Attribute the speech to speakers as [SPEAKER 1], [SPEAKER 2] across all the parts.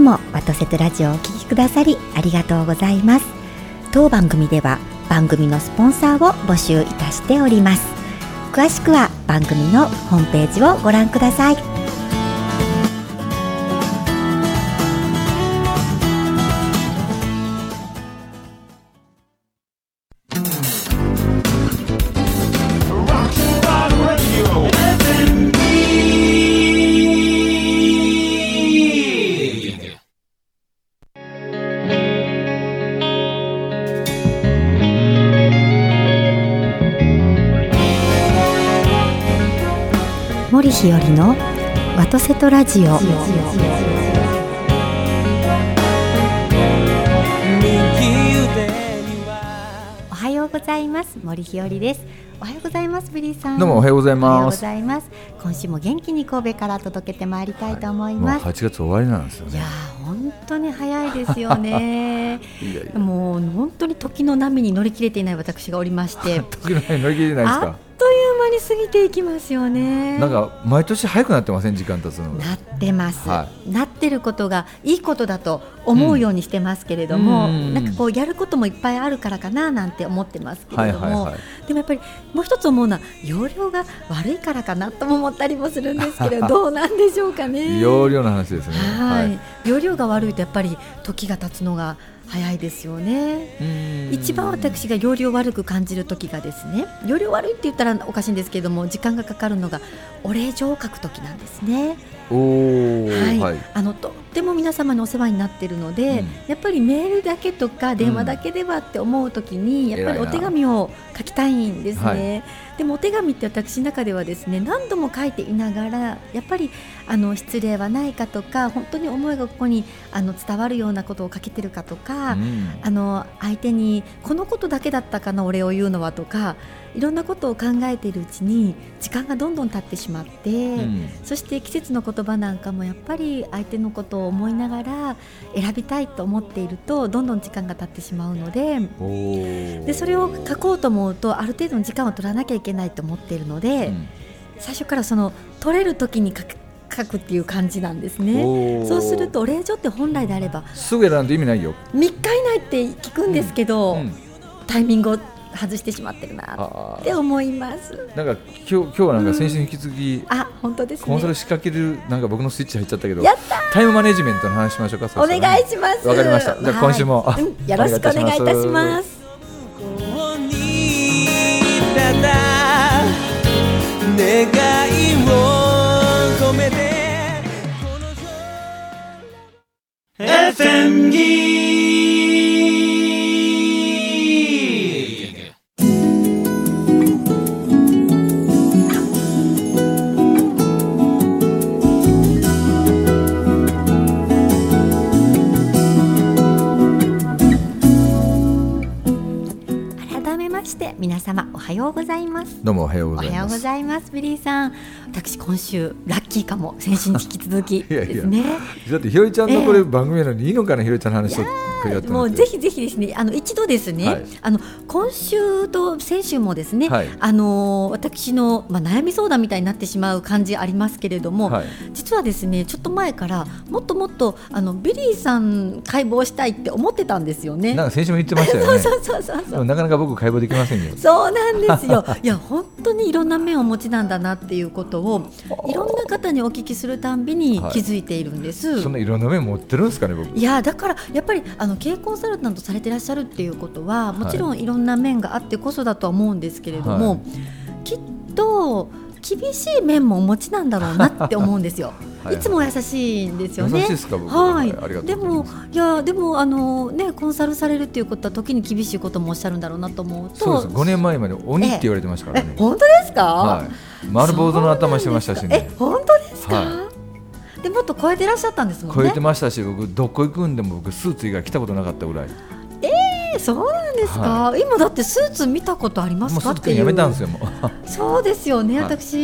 [SPEAKER 1] もワトセトラジオをお聞きくださりありがとうございます当番組では番組のスポンサーを募集いたしております詳しくは番組のホームページをご覧ください森日和のワトセトラジオおはようございます森日和ですおはようございますブリーさん
[SPEAKER 2] どうもおはようござい
[SPEAKER 1] おはよう
[SPEAKER 2] ま
[SPEAKER 1] ご
[SPEAKER 2] す。
[SPEAKER 1] ざいます今週も元気に神戸から届けてまいりたいと思い
[SPEAKER 2] もう
[SPEAKER 1] ます、
[SPEAKER 2] 8月終わりなんですよ
[SPEAKER 1] いや
[SPEAKER 2] ね。
[SPEAKER 1] ー本当に早いですよね
[SPEAKER 2] いやいや、
[SPEAKER 1] もう本当に時の波に乗り切れていない私がおりまして
[SPEAKER 2] 時の間に乗り切れないです
[SPEAKER 1] あ
[SPEAKER 2] か。
[SPEAKER 1] っという間に過ぎていきますよね
[SPEAKER 2] なんか毎年早くなってません時間経つのが。
[SPEAKER 1] なってます、
[SPEAKER 2] は
[SPEAKER 1] なってることがいいことだと思うようにしてますけれども、
[SPEAKER 2] うんうん
[SPEAKER 1] なんかこうやることもいっぱいあるからかななんて思ってますけ
[SPEAKER 2] は
[SPEAKER 1] れ
[SPEAKER 2] い
[SPEAKER 1] ども、
[SPEAKER 2] はいはい。
[SPEAKER 1] でもやっぱりもう一つ思うのは容量が悪いからかなとも思ったりもするんです けどどうなんでしょうかね。
[SPEAKER 2] 容量の話ですね。
[SPEAKER 1] はい、。容量が悪いとやっぱり時が経つのが早いですよね。一番私が容量悪く感じる時がですね容量悪いって言ったらおかしいんですけれども時間がかかるのがお礼状を書く時なんですね。
[SPEAKER 2] おお
[SPEAKER 1] はい、
[SPEAKER 2] はい。
[SPEAKER 1] あのとっても皆様にお世話になってるので、
[SPEAKER 2] うん
[SPEAKER 1] やっぱりメールだけとか電話だけではって思うときに、やっぱりお手紙を書きたいんですね、
[SPEAKER 2] はい
[SPEAKER 1] でもお手紙って私の中ではですね何度も書いていながらやっぱりあの失礼はないかとか本当に思いがここにあの伝わるようなことを書けてるかとか、
[SPEAKER 2] うん
[SPEAKER 1] あの相手にこのことだけだったかなお礼を言うのはとかいろんなことを考えているうちに時間がどんどん経ってしまって。
[SPEAKER 2] うん
[SPEAKER 1] そして季節の言葉なんかもやっぱり相手のことを思いながら選びたいと思っているとどんどん時間が経ってしまうので
[SPEAKER 2] おー
[SPEAKER 1] でそれを書こうと思うとある程度の時間を取らなきゃいけないと思っているので、
[SPEAKER 2] うん
[SPEAKER 1] 最初からその取れる時に書く書くっていう感じなんですね。
[SPEAKER 2] おー
[SPEAKER 1] そうするとお礼状って本来であれば
[SPEAKER 2] すぐやらんと意味ないよ。
[SPEAKER 1] 3日以内って聞くんですけど、
[SPEAKER 2] うん
[SPEAKER 1] タイミングを外してしまってるな
[SPEAKER 2] あ
[SPEAKER 1] って
[SPEAKER 2] ー
[SPEAKER 1] 思います。
[SPEAKER 2] なんか今日今日はなんか先週に引き続き
[SPEAKER 1] あ本当です
[SPEAKER 2] コンサル
[SPEAKER 1] ね
[SPEAKER 2] 仕掛けるなんか僕のスイッチ入っちゃったけど
[SPEAKER 1] やった
[SPEAKER 2] タイムマネジメントの話しましょうか。そ
[SPEAKER 1] お
[SPEAKER 2] ろそ
[SPEAKER 1] 願
[SPEAKER 2] ろね
[SPEAKER 1] いします。
[SPEAKER 2] わかりましたじゃあ今週も
[SPEAKER 1] はいうんよろしくお願いいたします。
[SPEAKER 3] ただ願いを込めて FM ギー
[SPEAKER 1] 改めまして皆様おはようございます
[SPEAKER 2] どうもおはよう
[SPEAKER 1] お
[SPEAKER 2] ご
[SPEAKER 1] は
[SPEAKER 2] ざい
[SPEAKER 1] よう
[SPEAKER 2] ま
[SPEAKER 1] ご
[SPEAKER 2] す。
[SPEAKER 1] ざいますブリーさん私今週ラッキーかも先週に引き続き
[SPEAKER 2] やいや
[SPEAKER 1] ですね
[SPEAKER 2] だってひろりちゃんのこ
[SPEAKER 1] ええ
[SPEAKER 2] れ番組なのにいいのかなひろりちゃんの話とやって
[SPEAKER 1] も
[SPEAKER 2] もら
[SPEAKER 1] う
[SPEAKER 2] って
[SPEAKER 1] ぜひぜひですねあの一度ですね、
[SPEAKER 2] はい
[SPEAKER 1] あの今週と先週もですね、
[SPEAKER 2] はい
[SPEAKER 1] あのー私のまあ悩み相談みたいになってしまう感じありますけれども、
[SPEAKER 2] はい
[SPEAKER 1] 実はですねちょっと前からもっともっとあのビリーさん解剖したいって思ってたんですよね
[SPEAKER 2] なんか先週も言ってましたよ
[SPEAKER 1] そう
[SPEAKER 2] ね
[SPEAKER 1] そうそうそう
[SPEAKER 2] でもなかなか僕解剖できませんよ
[SPEAKER 1] そうなんです よ。いや本当にいろんな面をお持ちなんだなっていうことをいろんな方にお聞きするたんびに気づいているんです。
[SPEAKER 2] そんないろんな面持ってるんですかね僕
[SPEAKER 1] いやだからやっぱりあの経営コンサルタントされてらっしゃるっていうことはもちろんいろんな面があってこそだとは思うんですけれども、
[SPEAKER 2] はい
[SPEAKER 1] きっと厳しい面もお持ちなんだろうなって思うんですよ。
[SPEAKER 2] はいい
[SPEAKER 1] つも優しいんですよね。
[SPEAKER 2] 優しいですか僕
[SPEAKER 1] はい、
[SPEAKER 2] ありがとう
[SPEAKER 1] でもいやでもあのねコンサルされるっていうことは時に厳しいこともおっしゃるんだろうなと思うと、
[SPEAKER 2] そうです5年前まで鬼って言われてましたから
[SPEAKER 1] え
[SPEAKER 2] ね、
[SPEAKER 1] 本当ですか、
[SPEAKER 2] はい、丸坊主の頭してましたしね
[SPEAKER 1] そうなんですかえ本当ですか、
[SPEAKER 2] は
[SPEAKER 1] でもっと超えてらっしゃったんですもん
[SPEAKER 2] 超
[SPEAKER 1] ね
[SPEAKER 2] えてましたし僕どこ行くんでも僕スーツ以外着たことなかったぐらいも
[SPEAKER 1] えそうなんですか、今だってスーツ見たことありま
[SPEAKER 2] う
[SPEAKER 1] す
[SPEAKER 2] ス
[SPEAKER 1] か
[SPEAKER 2] ー
[SPEAKER 1] っ
[SPEAKER 2] ツ
[SPEAKER 1] て
[SPEAKER 2] くん
[SPEAKER 1] いう
[SPEAKER 2] やめたんですよもう
[SPEAKER 1] そうですよね、
[SPEAKER 2] はい
[SPEAKER 1] 私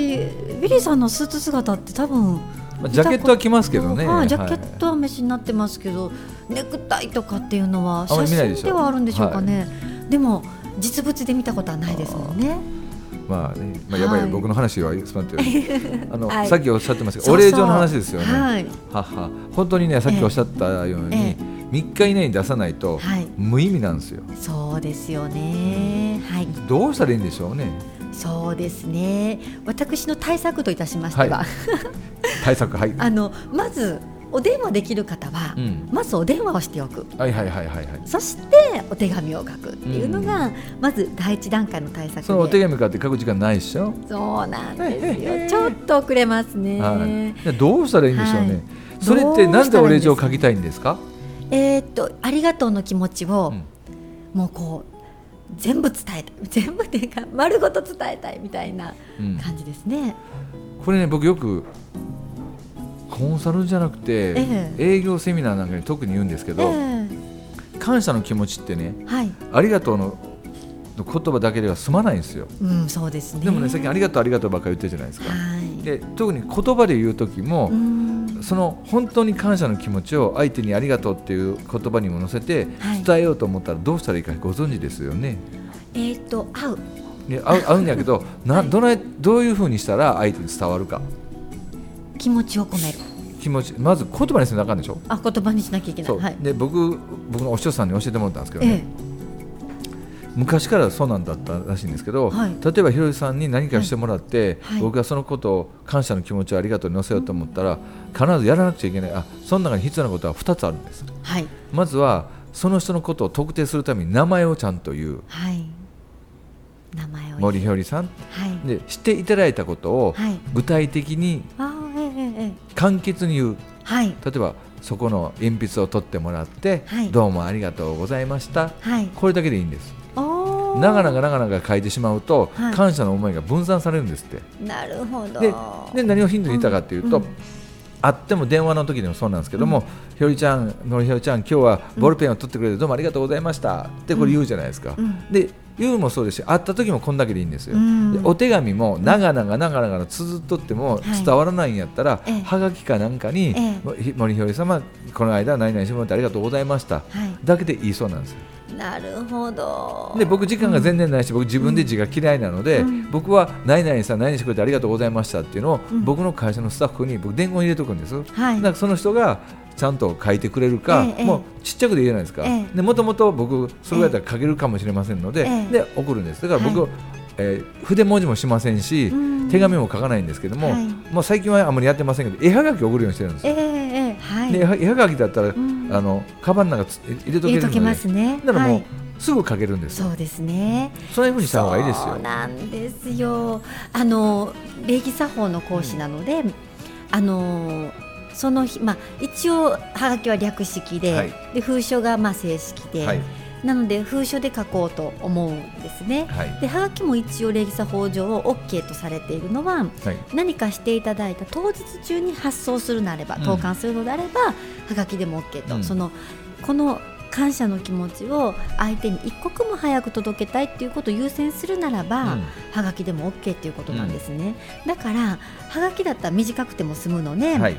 [SPEAKER 1] ビリーさんのスーツ姿って多分
[SPEAKER 2] まあジャケットは着ますけどね
[SPEAKER 1] はい、ジャ
[SPEAKER 2] はい
[SPEAKER 1] ケットは飯になってますけど、ネクタイとかっていうのは
[SPEAKER 2] あん
[SPEAKER 1] 写
[SPEAKER 2] まり見ないで
[SPEAKER 1] 真
[SPEAKER 2] しょ
[SPEAKER 1] ではあるんでしょうかねでも実物で見たことはないですもんね
[SPEAKER 2] まあね、まあ、やばい、
[SPEAKER 1] はい
[SPEAKER 2] 僕の話は詰まって るあの、
[SPEAKER 1] はい
[SPEAKER 2] さっきおっしゃってましたけ
[SPEAKER 1] そ
[SPEAKER 2] ど
[SPEAKER 1] う
[SPEAKER 2] お
[SPEAKER 1] そう
[SPEAKER 2] 礼状の話ですよね、
[SPEAKER 1] はい
[SPEAKER 2] はは本当にねさっきおっしゃったよう
[SPEAKER 1] え
[SPEAKER 2] に、
[SPEAKER 1] え
[SPEAKER 2] 三3日以内に出さないと、
[SPEAKER 1] はい
[SPEAKER 2] 無意味なんですよ
[SPEAKER 1] そうですよね、はい、
[SPEAKER 2] どうしたらいいんでしょうね
[SPEAKER 1] そうですね。私の対策といたしましては、
[SPEAKER 2] は対策はい、
[SPEAKER 1] あのまずお電話できる方は、
[SPEAKER 2] うん、
[SPEAKER 1] まずお電話をしておく。
[SPEAKER 2] はいはいはいはいはい
[SPEAKER 1] そしてお手紙を書くっていうのが、まず第一段階の対策で
[SPEAKER 2] そのお手紙かって書く時間ないでしょ、
[SPEAKER 1] そうなんです
[SPEAKER 2] へへへ
[SPEAKER 1] よちょっと遅れますね、
[SPEAKER 2] はいで、どうしたらいいんでしょうね、
[SPEAKER 1] はい
[SPEAKER 2] それってなんでお礼状を
[SPEAKER 1] どうした
[SPEAKER 2] 書
[SPEAKER 1] らいいんですか
[SPEAKER 2] きたいんですか
[SPEAKER 1] えーっとありがとうの気持ちを、
[SPEAKER 2] うん
[SPEAKER 1] もうこう全部伝えたい 全部っていうか丸ごと伝えたいみたいな
[SPEAKER 2] うん
[SPEAKER 1] 感じですね、
[SPEAKER 2] これね僕よくコンサルじゃなくて、
[SPEAKER 1] ええ
[SPEAKER 2] 営業セミナーなんかに特に言うんですけ
[SPEAKER 1] え
[SPEAKER 2] ど、感謝の気持ちってね
[SPEAKER 1] えはい
[SPEAKER 2] ありがとうのの言葉だけでは済まないんですよ
[SPEAKER 1] うんそうですね
[SPEAKER 2] でもね最近ありがとうありがとうばっかり言ってるじゃないですか、
[SPEAKER 1] はい
[SPEAKER 2] で特に言葉で言う時も、
[SPEAKER 1] うん
[SPEAKER 2] その本当に感謝の気持ちを相手にありがとうっていう言葉にも乗せて
[SPEAKER 1] はい
[SPEAKER 2] 伝えようと思ったらどうしたらいいかご存知ですよね、
[SPEAKER 1] えーっと会う
[SPEAKER 2] で合う合うんやけどなどないどういうふうにしたら相手に伝わるか
[SPEAKER 1] 気持ちを込める
[SPEAKER 2] 気持ちまず言葉にするのあかんでしょ
[SPEAKER 1] あ言葉にしなきゃいけな
[SPEAKER 2] そ、
[SPEAKER 1] いうはい
[SPEAKER 2] で僕僕のお師匠さんに教えてもらったんですけど
[SPEAKER 1] え
[SPEAKER 2] ね、昔からそうなんだったらしいんですけど、
[SPEAKER 1] はい
[SPEAKER 2] 例えばひろゆきさんに何かしてもらって、
[SPEAKER 1] はいはい
[SPEAKER 2] 僕がそのことを感謝の気持ちをありがとうに乗せようと思ったら、必ずやらなくちゃいけないあその中に必要なことは2つあるんです
[SPEAKER 1] えはい
[SPEAKER 2] まずはその人のことを特定するために名前をちゃんと言う
[SPEAKER 1] はい名前を言う
[SPEAKER 2] 森ひよりさん
[SPEAKER 1] はい
[SPEAKER 2] でしていただいたことを
[SPEAKER 1] はい
[SPEAKER 2] 具体的に
[SPEAKER 1] あーえええええ
[SPEAKER 2] 簡潔に言う
[SPEAKER 1] えはい
[SPEAKER 2] 例えばそこの鉛筆を取ってもらって、
[SPEAKER 1] はい
[SPEAKER 2] どうもありがとうございました
[SPEAKER 1] はい
[SPEAKER 2] これだけでいいんです
[SPEAKER 1] おー
[SPEAKER 2] 長々長々書いてしまうと、
[SPEAKER 1] はい
[SPEAKER 2] 感謝の思いが分散されるんですって
[SPEAKER 1] なるほど
[SPEAKER 2] でで何をヒントに言ったかっていうと、
[SPEAKER 1] うんうん
[SPEAKER 2] あっても電話の時でもそうなんですけども、ひよりちゃん、のりひよりちゃん、今日はボールペンを取ってくれてどうもありがとうございましたってこれ言うじゃないですか。
[SPEAKER 1] うん
[SPEAKER 2] で言うもそうですし会った時もこんだけでいいんですよ。
[SPEAKER 1] うん
[SPEAKER 2] でお手紙も長々長々綴っとっても
[SPEAKER 1] はい
[SPEAKER 2] 伝わらないんやったら、
[SPEAKER 1] ええ
[SPEAKER 2] はがきかなんかに、
[SPEAKER 1] え
[SPEAKER 2] ひ森ひより様この間何々してもらってありがとうございました、
[SPEAKER 1] は
[SPEAKER 2] だけでいいそうなんですよ。
[SPEAKER 1] いなるほど
[SPEAKER 2] で僕時間が全然ないし、僕自分で字が嫌いなので、
[SPEAKER 1] うん
[SPEAKER 2] 僕は何々さん何々してくれてありがとうございましたっていうのを、
[SPEAKER 1] うん
[SPEAKER 2] 僕の会社のスタッフに僕伝言入れとくんです、
[SPEAKER 1] はい
[SPEAKER 2] だからその人がちゃんと書いてくれるか、
[SPEAKER 1] ええ
[SPEAKER 2] もうちっちゃくでいいじゃないですか、
[SPEAKER 1] ええ
[SPEAKER 2] でもともと僕それやったら書けるかもしれませんので、
[SPEAKER 1] ええ
[SPEAKER 2] で送るんですだから僕、
[SPEAKER 1] は
[SPEAKER 2] えー筆文字もしませんし、
[SPEAKER 1] うん
[SPEAKER 2] 手紙も書かないんですけども、
[SPEAKER 1] はい
[SPEAKER 2] まあ、最近はあんまりやってませんけど絵はがきを送るようにしてるんです
[SPEAKER 1] ええ
[SPEAKER 2] よ、
[SPEAKER 1] ええはい
[SPEAKER 2] で絵は絵はがきだったら、
[SPEAKER 1] ん
[SPEAKER 2] あのカバンなんかつ入れとけ
[SPEAKER 1] 入れ
[SPEAKER 2] るの
[SPEAKER 1] と
[SPEAKER 2] で
[SPEAKER 1] けますね
[SPEAKER 2] だからもう、
[SPEAKER 1] はい
[SPEAKER 2] すぐ書けるんですよ
[SPEAKER 1] そうですね
[SPEAKER 2] そういうふうにした方がいいです
[SPEAKER 1] そう
[SPEAKER 2] よ。
[SPEAKER 1] なんですよあの礼儀作法の講師なので、あのその日まあ一応はがきは略式で、
[SPEAKER 2] はい
[SPEAKER 1] で封書がまあ正式で、
[SPEAKER 2] はい
[SPEAKER 1] なので封書で書こうと思うんですね。
[SPEAKER 2] はい
[SPEAKER 1] ではがきも一応礼儀作法上 OK とされているのは
[SPEAKER 2] はい
[SPEAKER 1] 何かしていただいた当日中に発送するのであれば
[SPEAKER 2] うん
[SPEAKER 1] 投函するのであれば、はがきでも OK と、
[SPEAKER 2] うん
[SPEAKER 1] そのこの感謝の気持ちを相手に一刻も早く届けたいっていうことを優先するならば、
[SPEAKER 2] うん
[SPEAKER 1] はがきでも OK っていうことなんですね、だからはがきだったら短くても済むので、
[SPEAKER 2] はい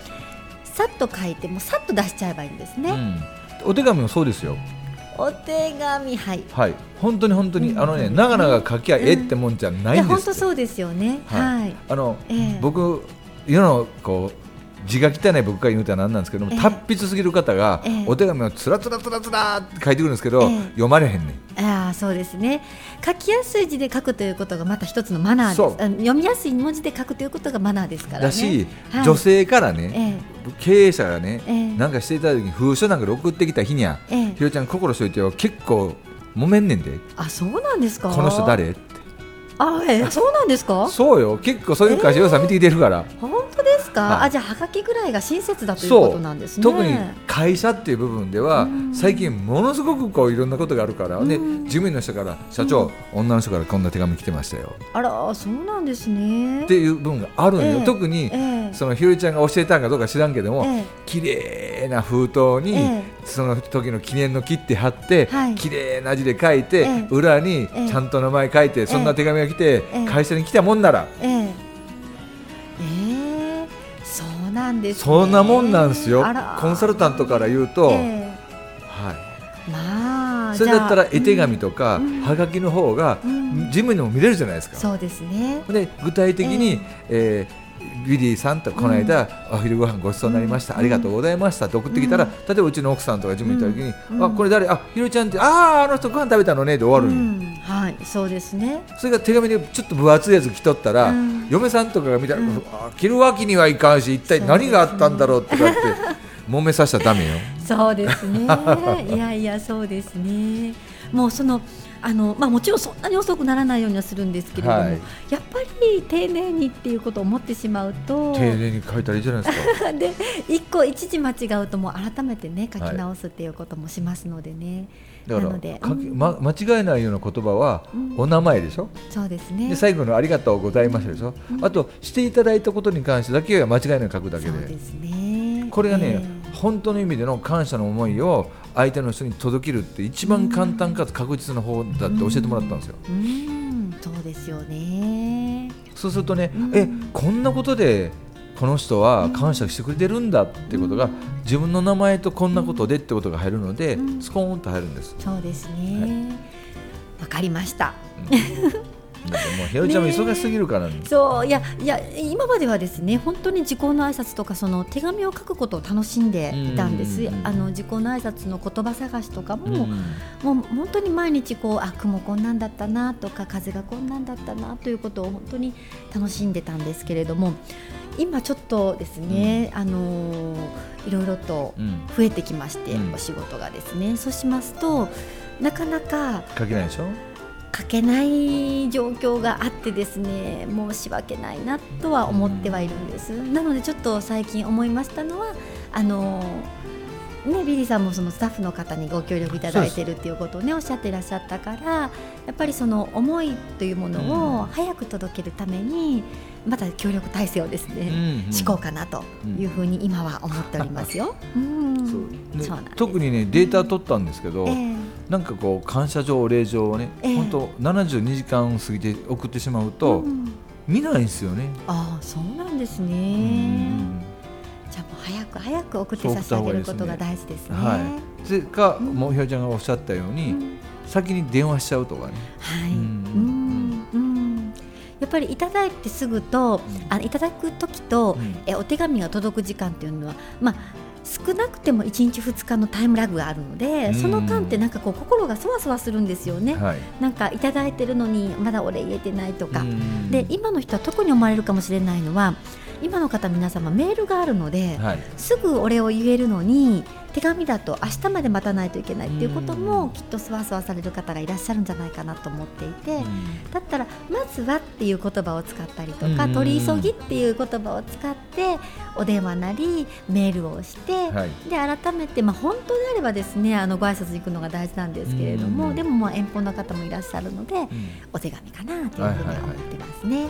[SPEAKER 1] さっと書いてもさっと出しちゃえばいいんです
[SPEAKER 2] う
[SPEAKER 1] ね、
[SPEAKER 2] んお手紙もそうですよ。
[SPEAKER 1] お手紙はい
[SPEAKER 2] はい。本当に本当に、
[SPEAKER 1] うん
[SPEAKER 2] あのね長々書きゃええってもんじゃないい
[SPEAKER 1] や
[SPEAKER 2] んで
[SPEAKER 1] 本
[SPEAKER 2] すっ
[SPEAKER 1] 当
[SPEAKER 2] て。
[SPEAKER 1] そうですよね
[SPEAKER 2] は
[SPEAKER 1] はいい、
[SPEAKER 2] あの、
[SPEAKER 1] ええ
[SPEAKER 2] 僕世のこう字が汚い僕が言うたらなんなんですけども、
[SPEAKER 1] ええ
[SPEAKER 2] 達筆すぎる方が、
[SPEAKER 1] ええ
[SPEAKER 2] お手紙をつらつらつらつらって書いてくるんですけど、
[SPEAKER 1] ええ
[SPEAKER 2] 読まれへんねん。
[SPEAKER 1] ああそうですね書きやすい字で書くということがまた一つのマナー
[SPEAKER 2] そう
[SPEAKER 1] ですあの読みやすい文字で書くということがマナーですからね
[SPEAKER 2] だし、
[SPEAKER 1] はい
[SPEAKER 2] 女性からね、
[SPEAKER 1] え
[SPEAKER 2] 経営者がね、
[SPEAKER 1] ええ
[SPEAKER 2] なんかしていた時に封書なんかで送ってきた日にゃ、
[SPEAKER 1] ええ
[SPEAKER 2] ひろちゃん心しといてよ結構揉めんねんで。
[SPEAKER 1] えあそうなんですか
[SPEAKER 2] この人誰って
[SPEAKER 1] あえ えそうなんですか
[SPEAKER 2] そうよ結構そういう会社予算見てきてるから、
[SPEAKER 1] 本当ですか、
[SPEAKER 2] はい
[SPEAKER 1] あじゃあはがきぐらいが親切だというこ
[SPEAKER 2] そ
[SPEAKER 1] と
[SPEAKER 2] う、
[SPEAKER 1] なんですね
[SPEAKER 2] 特に会社っていう部分では
[SPEAKER 1] うん
[SPEAKER 2] 最近ものすごくこういろんなことがあるから、で
[SPEAKER 1] うん
[SPEAKER 2] 事務員の人から社長、女の人からこんな手紙来てましたよ
[SPEAKER 1] あらそうなんですね
[SPEAKER 2] っていう部分があるのよ、
[SPEAKER 1] ええ
[SPEAKER 2] 特に、
[SPEAKER 1] ええ
[SPEAKER 2] そのひろりちゃんが教えたんかどうか知らんけども、
[SPEAKER 1] ええ
[SPEAKER 2] 綺麗な封筒に、
[SPEAKER 1] ええ
[SPEAKER 2] その時の記念の切って貼って、
[SPEAKER 1] はい
[SPEAKER 2] 綺麗な字で書いて、
[SPEAKER 1] ええ
[SPEAKER 2] 裏に
[SPEAKER 1] ええ
[SPEAKER 2] ちゃんと名前書いて、そんな手紙が来て、
[SPEAKER 1] ええ
[SPEAKER 2] 会社に来たもんなら、
[SPEAKER 1] ええええそうなんです、ね、
[SPEAKER 2] そんなもんなんですよ、
[SPEAKER 1] あら
[SPEAKER 2] コンサルタントから言うと、
[SPEAKER 1] え
[SPEAKER 2] はい、
[SPEAKER 1] えまあ
[SPEAKER 2] それだったら
[SPEAKER 1] じゃあ
[SPEAKER 2] 絵手紙とか
[SPEAKER 1] うん
[SPEAKER 2] はがきの方が
[SPEAKER 1] うん
[SPEAKER 2] ジムにも見れるじゃないですか。
[SPEAKER 1] そうですね。
[SPEAKER 2] で具体的に、えービリーさんとこの間、お昼ご飯ごちそうになりました、ありがとうございましたって送ってきたら、例えばうちの奥さんとかジム行った時に、あこれ誰あひろちゃんってあああの人ご飯食べたのねで終わるんよ、
[SPEAKER 1] うんはい、そうですね。
[SPEAKER 2] それが手紙でちょっと分厚いやつ来とったら、
[SPEAKER 1] うん
[SPEAKER 2] 嫁さんとかが見たら、あ着るわけにはいかんし一体何があったんだろうとかって 揉めさせちゃダメよ。
[SPEAKER 1] そうです ね。いやいや、そうですね。もうその。あのまあ、もちろんそんなに遅くならないようにはするんですけれども、
[SPEAKER 2] はい
[SPEAKER 1] やっぱり丁寧にっていうことを思ってしまうと
[SPEAKER 2] 丁寧に書いたらいいじゃないです か。
[SPEAKER 1] で一個一字間違うともう改めてね書
[SPEAKER 2] は
[SPEAKER 1] き
[SPEAKER 2] い
[SPEAKER 1] 直すっていうこともしますのでね、
[SPEAKER 2] だから
[SPEAKER 1] なので
[SPEAKER 2] かけ
[SPEAKER 1] うん
[SPEAKER 2] ま、間違えないような言葉は、
[SPEAKER 1] うん
[SPEAKER 2] お名前でしょ
[SPEAKER 1] そうですね
[SPEAKER 2] で最後の「ありがとうございました」でしょ、あとしていただいたことに関してだけは間違いなく書くだけ
[SPEAKER 1] そう
[SPEAKER 2] で
[SPEAKER 1] ですね
[SPEAKER 2] これがね、
[SPEAKER 1] え
[SPEAKER 2] 本当の意味での感謝の思いを相手の人に届けるって一番簡単かつ確実な方だって教えてもらったんですよ、
[SPEAKER 1] えうんそうですよね
[SPEAKER 2] そうするとね、
[SPEAKER 1] うん
[SPEAKER 2] えこんなことでこの人は感謝してくれてるんだってことが、自分の名前とこんなことでってことが入るので、
[SPEAKER 1] うん
[SPEAKER 2] スコーンと入るんです、
[SPEAKER 1] そうですねわ、かりました
[SPEAKER 2] うんだからもうひろちゃんも忙しすぎるから、ね、
[SPEAKER 1] そういやいや今まではですね本当に時効の挨拶とかその手紙を書くことを楽しんでいたんです
[SPEAKER 2] うん
[SPEAKER 1] あの時効の挨拶の言葉探しとかも、
[SPEAKER 2] うん
[SPEAKER 1] もう本当に毎日こうあ雲こんなんだったなとか風がこんなんだったなということを本当に楽しんでたんですけれども今ちょっとですね、あのーいろいろと
[SPEAKER 2] うん
[SPEAKER 1] 増えてきまして、
[SPEAKER 2] うん
[SPEAKER 1] お仕事がですねそうしますとなかなか
[SPEAKER 2] 書けないでしょ
[SPEAKER 1] 書けない状況があってですね申し訳ないなとは思ってはいるんです、なのでちょっと最近思いましたのはあのね、ビリーさんもそのスタッフの方にご協力いただいてるっていうことをねおっしゃっていらっしゃったからやっぱりその思いというものを早く届けるためにまた協力体制をですね、しこうかなというふうに今は思っておりますよ。うん
[SPEAKER 2] そうね
[SPEAKER 1] そうなんです
[SPEAKER 2] 特にねデータ取ったんですけど、
[SPEAKER 1] ええ
[SPEAKER 2] なんかこう感謝状お礼状をね、
[SPEAKER 1] ええ
[SPEAKER 2] 本当72時間過ぎて送ってしまうと、
[SPEAKER 1] うん
[SPEAKER 2] 見ないんですよね。
[SPEAKER 1] ああそうなんですね。
[SPEAKER 2] うん
[SPEAKER 1] じゃあもう早く早く送って差し上げることが大事ですね。
[SPEAKER 2] はい。それか、
[SPEAKER 1] うん
[SPEAKER 2] もうひろちゃんがおっしゃったよう
[SPEAKER 1] う
[SPEAKER 2] に、
[SPEAKER 1] ん
[SPEAKER 2] 先に電話しちゃうとかね。
[SPEAKER 1] はい。う
[SPEAKER 2] うん
[SPEAKER 1] んうんやっぱりいただいてすぐと、
[SPEAKER 2] うん
[SPEAKER 1] あのいただく時と、
[SPEAKER 2] うん
[SPEAKER 1] えお手紙が届く時間っていうのはまあ少なくても1日2日のタイムラグがあるので、
[SPEAKER 2] うん
[SPEAKER 1] その間ってなんかこう心がそわそわするんですよね、
[SPEAKER 2] はい。
[SPEAKER 1] なんかいただいてるのにまだお礼言えてないとか、
[SPEAKER 2] うん
[SPEAKER 1] で今の人は特に思われるかもしれないのは今の方皆様メールがあるので、
[SPEAKER 2] はい。
[SPEAKER 1] すぐお礼を言えるのに手紙だと明日まで待たないといけないっていうこと
[SPEAKER 2] うん
[SPEAKER 1] もきっとそわそわされる方がいらっしゃるんじゃないかなと思っていて、だったら「まずは」っていう言葉を使ったりとか「
[SPEAKER 2] うん
[SPEAKER 1] 取り急ぎ」っていう言葉を使ってお電話なりメールをして、
[SPEAKER 2] うんはい。
[SPEAKER 1] で改めて、まあ、本当であればですねあのご挨拶に行くのが大事なんですけれども、
[SPEAKER 2] うん
[SPEAKER 1] でもまあ遠方の方もいらっしゃるのでお手紙かなというふうには思ってますね。はい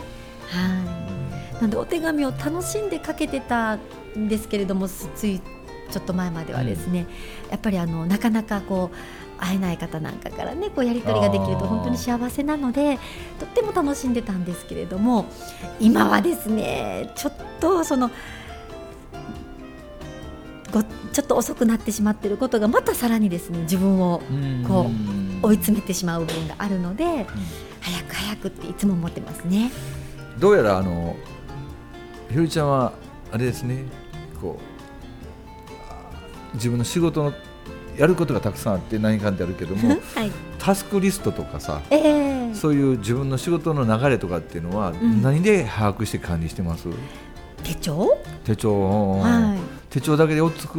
[SPEAKER 1] なんでお手紙を楽しんでかけてたんですけれどもつついちょっと前まではですね、やっぱりあのなかなかこう会えない方なんかからねこうやり取りができる
[SPEAKER 2] あー
[SPEAKER 1] と本当に幸せなのでとっても楽しんでたんですけれども今はですねちょっとそのごちょっと遅くなってしまっていることがまたさらにですね自分を
[SPEAKER 2] うん
[SPEAKER 1] こう
[SPEAKER 2] うん
[SPEAKER 1] 追い詰めてしまう部分があるので、早く早くっていつも思ってますね。
[SPEAKER 2] どうやらあのひろりちゃんはあれですねこう自分の仕事のやることがたくさんあって何かんであるけども
[SPEAKER 1] はい、
[SPEAKER 2] タスクリストとかさ
[SPEAKER 1] ええ
[SPEAKER 2] そういう自分の仕事の流れとかっていうのは
[SPEAKER 1] ん
[SPEAKER 2] 何で把握して管理してます、
[SPEAKER 1] 手帳
[SPEAKER 2] 手帳、
[SPEAKER 1] はい
[SPEAKER 2] 手帳だけで追っつく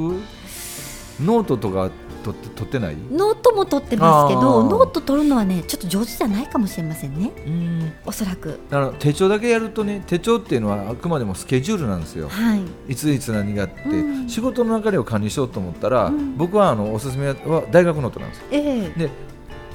[SPEAKER 2] ノートとか取って取ってない
[SPEAKER 1] ノートも取ってますけ
[SPEAKER 2] あ
[SPEAKER 1] ど
[SPEAKER 2] ー
[SPEAKER 1] ノート取るのはねちょっと上手じゃないかもしれませんね
[SPEAKER 2] うん
[SPEAKER 1] おそらく
[SPEAKER 2] だから手帳だけやるとね手帳っていうのはあくまでもスケジュールなんですよ
[SPEAKER 1] はい
[SPEAKER 2] いついつ何があって、
[SPEAKER 1] うん
[SPEAKER 2] 仕事の流れを管理しようと思ったら、
[SPEAKER 1] うん
[SPEAKER 2] 僕はあのおすすめは大学ノートなんですよ
[SPEAKER 1] ええ
[SPEAKER 2] で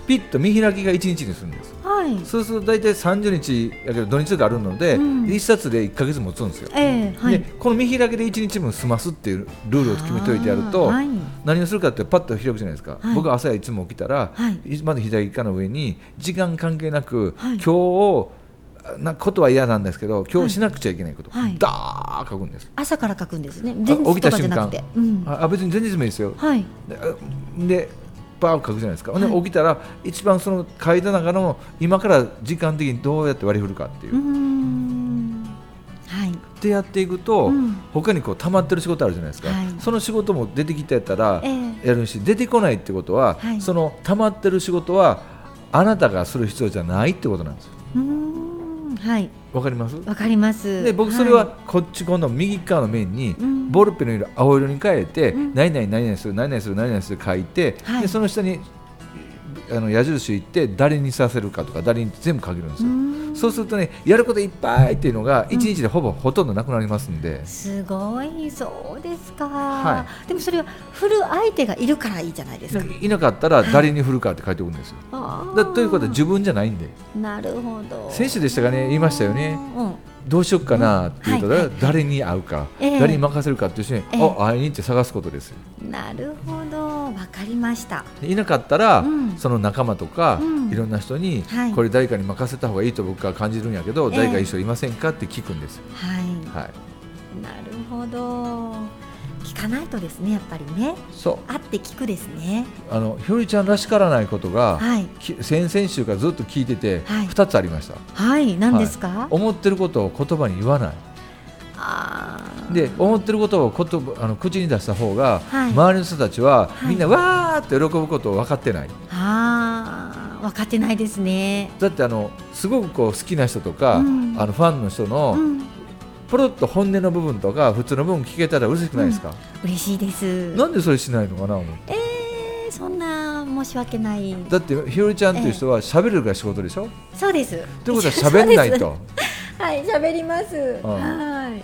[SPEAKER 2] ピッと見開きが1日にするんです
[SPEAKER 1] はい
[SPEAKER 2] そうすると大体30日やけど土日とかあるので、
[SPEAKER 1] うん
[SPEAKER 2] 1冊で1か月持つんですよ、
[SPEAKER 1] ええはい
[SPEAKER 2] でこの見開きで1日分済ますっていうルールを決めておいてやる
[SPEAKER 1] あ
[SPEAKER 2] と、
[SPEAKER 1] ーはい
[SPEAKER 2] 何をするかってパッと開くじゃないですか、
[SPEAKER 1] はい
[SPEAKER 2] 僕は朝いつも起きたら、
[SPEAKER 1] はい
[SPEAKER 2] いつまず左かの上に時間関係なく、
[SPEAKER 1] はい
[SPEAKER 2] 今日をなことは嫌なんですけど今日しなくちゃいけないこと、
[SPEAKER 1] はい
[SPEAKER 2] だー書くんです、
[SPEAKER 1] 朝から書くんですね
[SPEAKER 2] あ
[SPEAKER 1] 前日とかじゃなくて、うん、
[SPEAKER 2] ああ別に前日もいいですよ
[SPEAKER 1] はい
[SPEAKER 2] であでバーッ書くじゃないですか、ほんで起きたら一番その書いた中の今から時間的にどうやって割り振るかっていう、
[SPEAKER 1] うー
[SPEAKER 2] っ
[SPEAKER 1] んはい
[SPEAKER 2] てやっていくと、
[SPEAKER 1] うん
[SPEAKER 2] 他にこう溜まってる仕事あるじゃないですか、
[SPEAKER 1] はい
[SPEAKER 2] その仕事も出てきてたら
[SPEAKER 1] ええ
[SPEAKER 2] やるし出てこないってことは、
[SPEAKER 1] はい
[SPEAKER 2] その溜まってる仕事はあなたがする必要じゃないってことなんですよ
[SPEAKER 1] うーんはい
[SPEAKER 2] わかります
[SPEAKER 1] わかります
[SPEAKER 2] で僕それはいこっち今度右側の面に
[SPEAKER 1] うん
[SPEAKER 2] ボールペンの色青色に変えて
[SPEAKER 1] うん
[SPEAKER 2] 何々何々する何々する何々する書いて
[SPEAKER 1] はい
[SPEAKER 2] でその下にあの矢印行って誰にさせるかとか誰に全部書けるんで
[SPEAKER 1] う
[SPEAKER 2] す
[SPEAKER 1] ー
[SPEAKER 2] よ
[SPEAKER 1] ん
[SPEAKER 2] そうするとねやることいっぱいっていうのが1日でほぼほとんどなくなりますんです
[SPEAKER 1] ごいそうですか、
[SPEAKER 2] は
[SPEAKER 1] でもそれは振る相手がいるからいいじゃないですか
[SPEAKER 2] いなかったら誰に振るかって書いておくんですよ
[SPEAKER 1] あー
[SPEAKER 2] だということは自分じゃないんで
[SPEAKER 1] なるほど
[SPEAKER 2] 選手でしたかね言いましたよね
[SPEAKER 1] うん
[SPEAKER 2] どうしよっかなっていうと
[SPEAKER 1] はいはい
[SPEAKER 2] 誰に会うか
[SPEAKER 1] ええ
[SPEAKER 2] 誰に任せるかっていう人に
[SPEAKER 1] ええ
[SPEAKER 2] あ会いに行って探すことですよ
[SPEAKER 1] なるほど、わかりました。
[SPEAKER 2] いなかったら、
[SPEAKER 1] うん
[SPEAKER 2] その仲間とか、
[SPEAKER 1] うん
[SPEAKER 2] いろんな人に、
[SPEAKER 1] はい
[SPEAKER 2] これ誰かに任せた方がいいと僕は感じるんやけど、
[SPEAKER 1] ええ
[SPEAKER 2] 誰か一緒いませんかって聞くんですよ、
[SPEAKER 1] は
[SPEAKER 2] はい、
[SPEAKER 1] い、なるほど。聞かないとですね、やっぱりね、
[SPEAKER 2] そう
[SPEAKER 1] 会って聞くですね。
[SPEAKER 2] あのひよりちゃんらしからないことが、
[SPEAKER 1] はい、
[SPEAKER 2] き先々週からずっと聞いてて、
[SPEAKER 1] はい
[SPEAKER 2] 2つありました
[SPEAKER 1] はい、何ですか。
[SPEAKER 2] 思ってることを言葉に言わない
[SPEAKER 1] ああ、
[SPEAKER 2] で思ってることをことあの口に出した方が、
[SPEAKER 1] はい
[SPEAKER 2] 周りの人たちは、
[SPEAKER 1] はい
[SPEAKER 2] みんなわーって喜ぶことを分かってない
[SPEAKER 1] ああ、分かってないですね。
[SPEAKER 2] だってあのすごくこう好きな人とか、
[SPEAKER 1] うん
[SPEAKER 2] あのファンの人の、
[SPEAKER 1] うん、
[SPEAKER 2] ポロッと本音の部分とか普通の部分聞けたら嬉しくないですか、
[SPEAKER 1] 嬉しいです。
[SPEAKER 2] なんでそれしないのかな思って
[SPEAKER 1] ええー、そんな申し訳ない。
[SPEAKER 2] だってひよりちゃんという人は喋れるから仕事でしょ、
[SPEAKER 1] そうです。
[SPEAKER 2] ということは喋んないとそ,、
[SPEAKER 1] そうです。はい、喋ります。
[SPEAKER 2] うん
[SPEAKER 1] はい。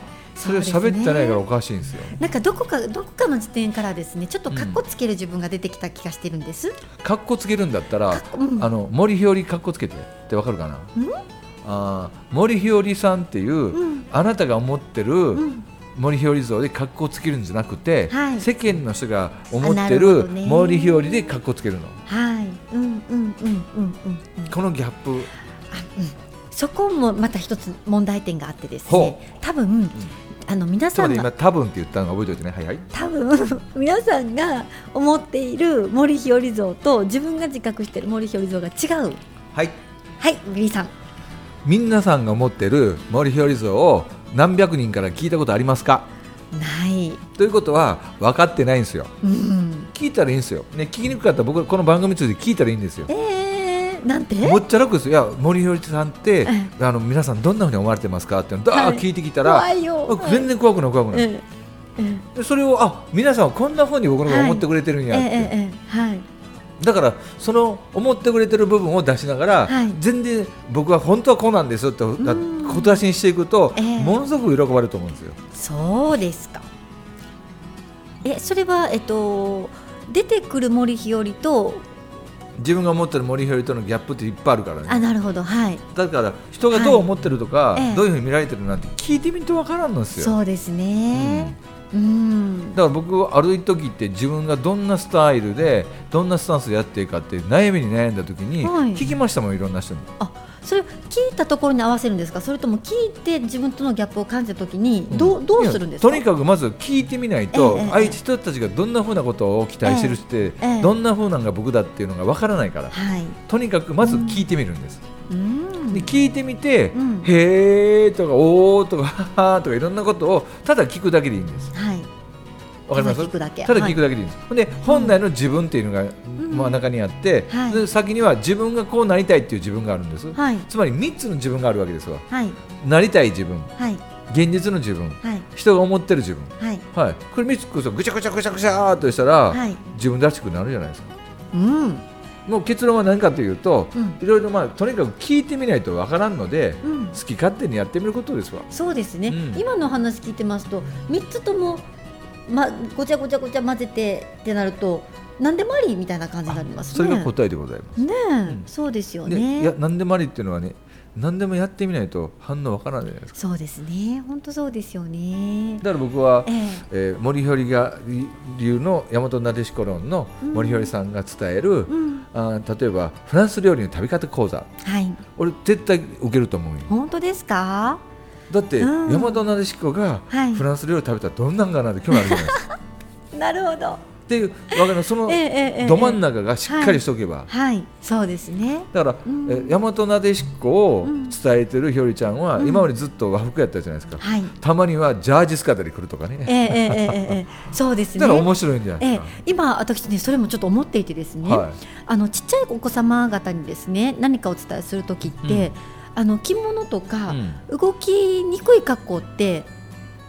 [SPEAKER 2] れを喋ってないか
[SPEAKER 1] そ
[SPEAKER 2] ら
[SPEAKER 1] うですね
[SPEAKER 2] おかしいんですよ
[SPEAKER 1] なんかどこかどこかの時点からですねちょっとカッコつける自分が出てきた気がしてるんです、
[SPEAKER 2] かっこつけるんだったら
[SPEAKER 1] かっこうん
[SPEAKER 2] あの森ひよりかっこつけてってわかるかなあー森ひよりさんっていう、
[SPEAKER 1] うん
[SPEAKER 2] あなたが思ってる、
[SPEAKER 1] うん
[SPEAKER 2] 森ひより像でかっこつけるんじゃなくて、
[SPEAKER 1] はい
[SPEAKER 2] 世間の人が思
[SPEAKER 1] あ
[SPEAKER 2] っ
[SPEAKER 1] な
[SPEAKER 2] て
[SPEAKER 1] るほ
[SPEAKER 2] る
[SPEAKER 1] どね
[SPEAKER 2] 森ひよりでかっこつけるの
[SPEAKER 1] はいうんうんうんうんうんうん
[SPEAKER 2] このギャップ
[SPEAKER 1] そこもまた一つ問題点があってです
[SPEAKER 2] ほ
[SPEAKER 1] ね多分、あの皆
[SPEAKER 2] ちょ
[SPEAKER 1] さ
[SPEAKER 2] っと
[SPEAKER 1] ん
[SPEAKER 2] 待って今
[SPEAKER 1] が
[SPEAKER 2] 多分って言ったの覚えておいてねはいはい
[SPEAKER 1] 多分 皆さんが思っている森ひより像と自分が自覚している森ひより像が違う
[SPEAKER 2] はい
[SPEAKER 1] はいビリーさん
[SPEAKER 2] 皆さんが持ってる森ひより像を何百人から聞いたことありますか
[SPEAKER 1] ない
[SPEAKER 2] ということは分かってないんですよ
[SPEAKER 1] うん
[SPEAKER 2] 聞いたらいいんですよ、ね、聞きにくかったら僕この番組について聞いたらいいんですよ
[SPEAKER 1] えー、なんて
[SPEAKER 2] もっちゃ楽ですよいや森ひよりさんって
[SPEAKER 1] え
[SPEAKER 2] あの皆さんどんなふうに思われてますかっていうのを
[SPEAKER 1] はい
[SPEAKER 2] 聞いてきたら、
[SPEAKER 1] 怖いよ
[SPEAKER 2] あ全然怖くない怖くない、
[SPEAKER 1] えええ
[SPEAKER 2] でそれをあ皆さんはこんなふうに僕のこと思ってくれてるん
[SPEAKER 1] ええ
[SPEAKER 2] やって、
[SPEAKER 1] ええはい
[SPEAKER 2] だからその思ってくれてる部分を出しながら、
[SPEAKER 1] はい
[SPEAKER 2] 全然僕は本当はこうなんですよってだ
[SPEAKER 1] ん
[SPEAKER 2] 小出しにしていくと、
[SPEAKER 1] ええ
[SPEAKER 2] ものすごく喜ばれると思うんですよ
[SPEAKER 1] そうですか。え、それはえっと出てくる森ひよりと、
[SPEAKER 2] 自分が思ってる森ひよりとのギャップっていっぱいあるから
[SPEAKER 1] あ、
[SPEAKER 2] ね
[SPEAKER 1] なるほど、はい。
[SPEAKER 2] だから人がどう思ってるとか、
[SPEAKER 1] はいええ
[SPEAKER 2] どういうふうに見られてるなんて聞いてみると分からんのですよ
[SPEAKER 1] そうですね。うん。
[SPEAKER 2] だから僕ある時って自分がどんなスタイルでどんなスタンスでやっていいかって悩みに悩んだ時に
[SPEAKER 1] はい
[SPEAKER 2] 聞きましたもん、い、ろんな人に
[SPEAKER 1] あ、それ聞いたところに合わせるんですか。それとも聞いて自分とのギャップを感じたときにどうどうするんですか。
[SPEAKER 2] いやとにかくまず聞いてみないと、
[SPEAKER 1] ええええ
[SPEAKER 2] あいつ人たちがどんなふうなことを期待してるって、
[SPEAKER 1] ええ
[SPEAKER 2] どんなふうなんが僕だっていうのが分からないから、
[SPEAKER 1] はい。
[SPEAKER 2] とにかくまず聞いてみるんです、
[SPEAKER 1] うん。
[SPEAKER 2] で聞いてみて、
[SPEAKER 1] うん
[SPEAKER 2] へーとかおーとかはーとかいろんなことをただ聞くだけでいいんです
[SPEAKER 1] はい。
[SPEAKER 2] わかります
[SPEAKER 1] ただ聞くだけ
[SPEAKER 2] ただ聞くだけでいいんです、ほんで本来の自分っていうのが、まあ、中にあって、
[SPEAKER 1] はい
[SPEAKER 2] で先には自分がこうなりたいっていう自分があるんです、
[SPEAKER 1] はい。
[SPEAKER 2] つまり3つの自分があるわけですわ
[SPEAKER 1] はい。
[SPEAKER 2] なりたい自分
[SPEAKER 1] はい。
[SPEAKER 2] 現実の自分
[SPEAKER 1] はい。
[SPEAKER 2] 人が思ってる自分
[SPEAKER 1] はい。
[SPEAKER 2] はい、これミスクさぐちゃぐちゃぐちゃぐちゃーっとしたら、
[SPEAKER 1] はい
[SPEAKER 2] 自分らしくなるじゃないですか
[SPEAKER 1] うん。
[SPEAKER 2] もう結論は何かというと、
[SPEAKER 1] うん
[SPEAKER 2] いろいろ、まあ、とにかく聞いてみないとわからんので、
[SPEAKER 1] うん
[SPEAKER 2] 好き勝手にやってみることですわ
[SPEAKER 1] そうですね、
[SPEAKER 2] うん
[SPEAKER 1] 今のお話聞いてますと3つとも、ま、ごちゃごちゃごちゃ混ぜてってなると何でもありみたいな感じになりますね。
[SPEAKER 2] それが答えでございます、
[SPEAKER 1] ねえ、
[SPEAKER 2] うん
[SPEAKER 1] そうですよ
[SPEAKER 2] でいや
[SPEAKER 1] ね。
[SPEAKER 2] 何でもありっていうのはね何でもやってみないと反応わからんじゃないですか
[SPEAKER 1] そうですね本当そうですよね。
[SPEAKER 2] だから僕は、
[SPEAKER 1] ええ
[SPEAKER 2] えー森ひよりが流の大和なでしこ論の森ひよりさんが伝える、
[SPEAKER 1] うん、
[SPEAKER 2] あー例えばフランス料理の食べ方講座
[SPEAKER 1] はい
[SPEAKER 2] 俺絶対受けると思うよ
[SPEAKER 1] 本当ですか
[SPEAKER 2] だって、
[SPEAKER 1] うん
[SPEAKER 2] 山田なでしこが
[SPEAKER 1] はい
[SPEAKER 2] フランス料理食べたらどんなんかなって興味あるじゃないですか、
[SPEAKER 1] なるほど
[SPEAKER 2] っていうわけのその
[SPEAKER 1] ええええええ
[SPEAKER 2] ど真ん中がしっかりしとけば、
[SPEAKER 1] はいそうですね
[SPEAKER 2] だから、
[SPEAKER 1] うん
[SPEAKER 2] え大和なでしこを伝えてるひよりちゃんは、
[SPEAKER 1] うん
[SPEAKER 2] 今までずっと和服やったじゃないですか、
[SPEAKER 1] はい
[SPEAKER 2] たまにはジャージ姿で来ると
[SPEAKER 1] え
[SPEAKER 2] かね
[SPEAKER 1] えええええええそうですね
[SPEAKER 2] だから面白いんじゃない
[SPEAKER 1] ええ
[SPEAKER 2] ですか、、
[SPEAKER 1] 今、私ね、それもちょっと思っていてですね、
[SPEAKER 2] はい
[SPEAKER 1] あのちっちゃいお子様方にですね何かお伝えするときって、
[SPEAKER 2] うん
[SPEAKER 1] あの着物とか、
[SPEAKER 2] うん
[SPEAKER 1] 動きにくい格好って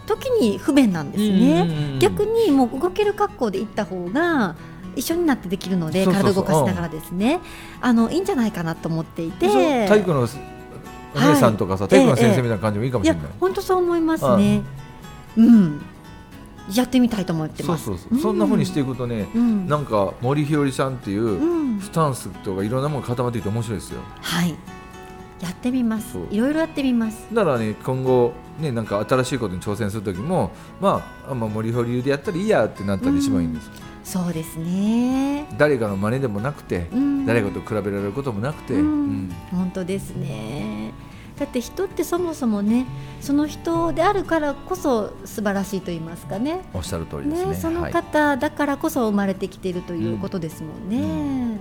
[SPEAKER 1] 時に不便なんですね、逆にもう動ける格好で行った方が一緒になってできるので
[SPEAKER 2] そうそうそう
[SPEAKER 1] 体動かしながらですね、あのいいんじゃないかなと思っていて
[SPEAKER 2] でしょ体育のお姉さんとかさ、
[SPEAKER 1] はい
[SPEAKER 2] 体育の先生みたいな感じもいいかも
[SPEAKER 1] い
[SPEAKER 2] しれ
[SPEAKER 1] や
[SPEAKER 2] ない、
[SPEAKER 1] 本当そう思いますね、うんやってみたいと思って
[SPEAKER 2] そう
[SPEAKER 1] ます
[SPEAKER 2] そうそう、そんな風にしていくとね、
[SPEAKER 1] うん
[SPEAKER 2] なんか森ひよりさんっていう、
[SPEAKER 1] うん
[SPEAKER 2] スタンスとかいろんなものが固まってきて面白いですよ
[SPEAKER 1] はい。やってみます
[SPEAKER 2] そう。
[SPEAKER 1] いろいろやってみます。
[SPEAKER 2] だからね今後ねなんか新しいことに挑戦する時もまああまあ森ひより流でやったらいいやってなったり一番いいんです、
[SPEAKER 1] そうですね。
[SPEAKER 2] 誰かの真似でもなくて、
[SPEAKER 1] うん
[SPEAKER 2] 誰かと比べられることもなくて、
[SPEAKER 1] うん
[SPEAKER 2] うん
[SPEAKER 1] 本当ですね。だって人ってそもそもね、その人であるからこそ素晴らしいと言いますかね。
[SPEAKER 2] おっしゃる通りです
[SPEAKER 1] ね
[SPEAKER 2] ね
[SPEAKER 1] その
[SPEAKER 2] はい
[SPEAKER 1] 方だからこそ生まれてきているということですもんね。
[SPEAKER 2] うん